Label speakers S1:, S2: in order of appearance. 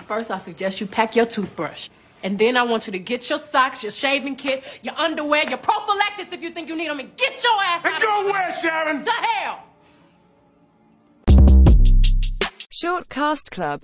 S1: first, I suggest you pack your toothbrush. And then I want you to get your socks, your shaving kit, your underwear, your prophylactics if you think you need them, and get your ass
S2: And
S1: out of
S2: go where, Sharon?
S1: to hell!
S3: Short Cast Club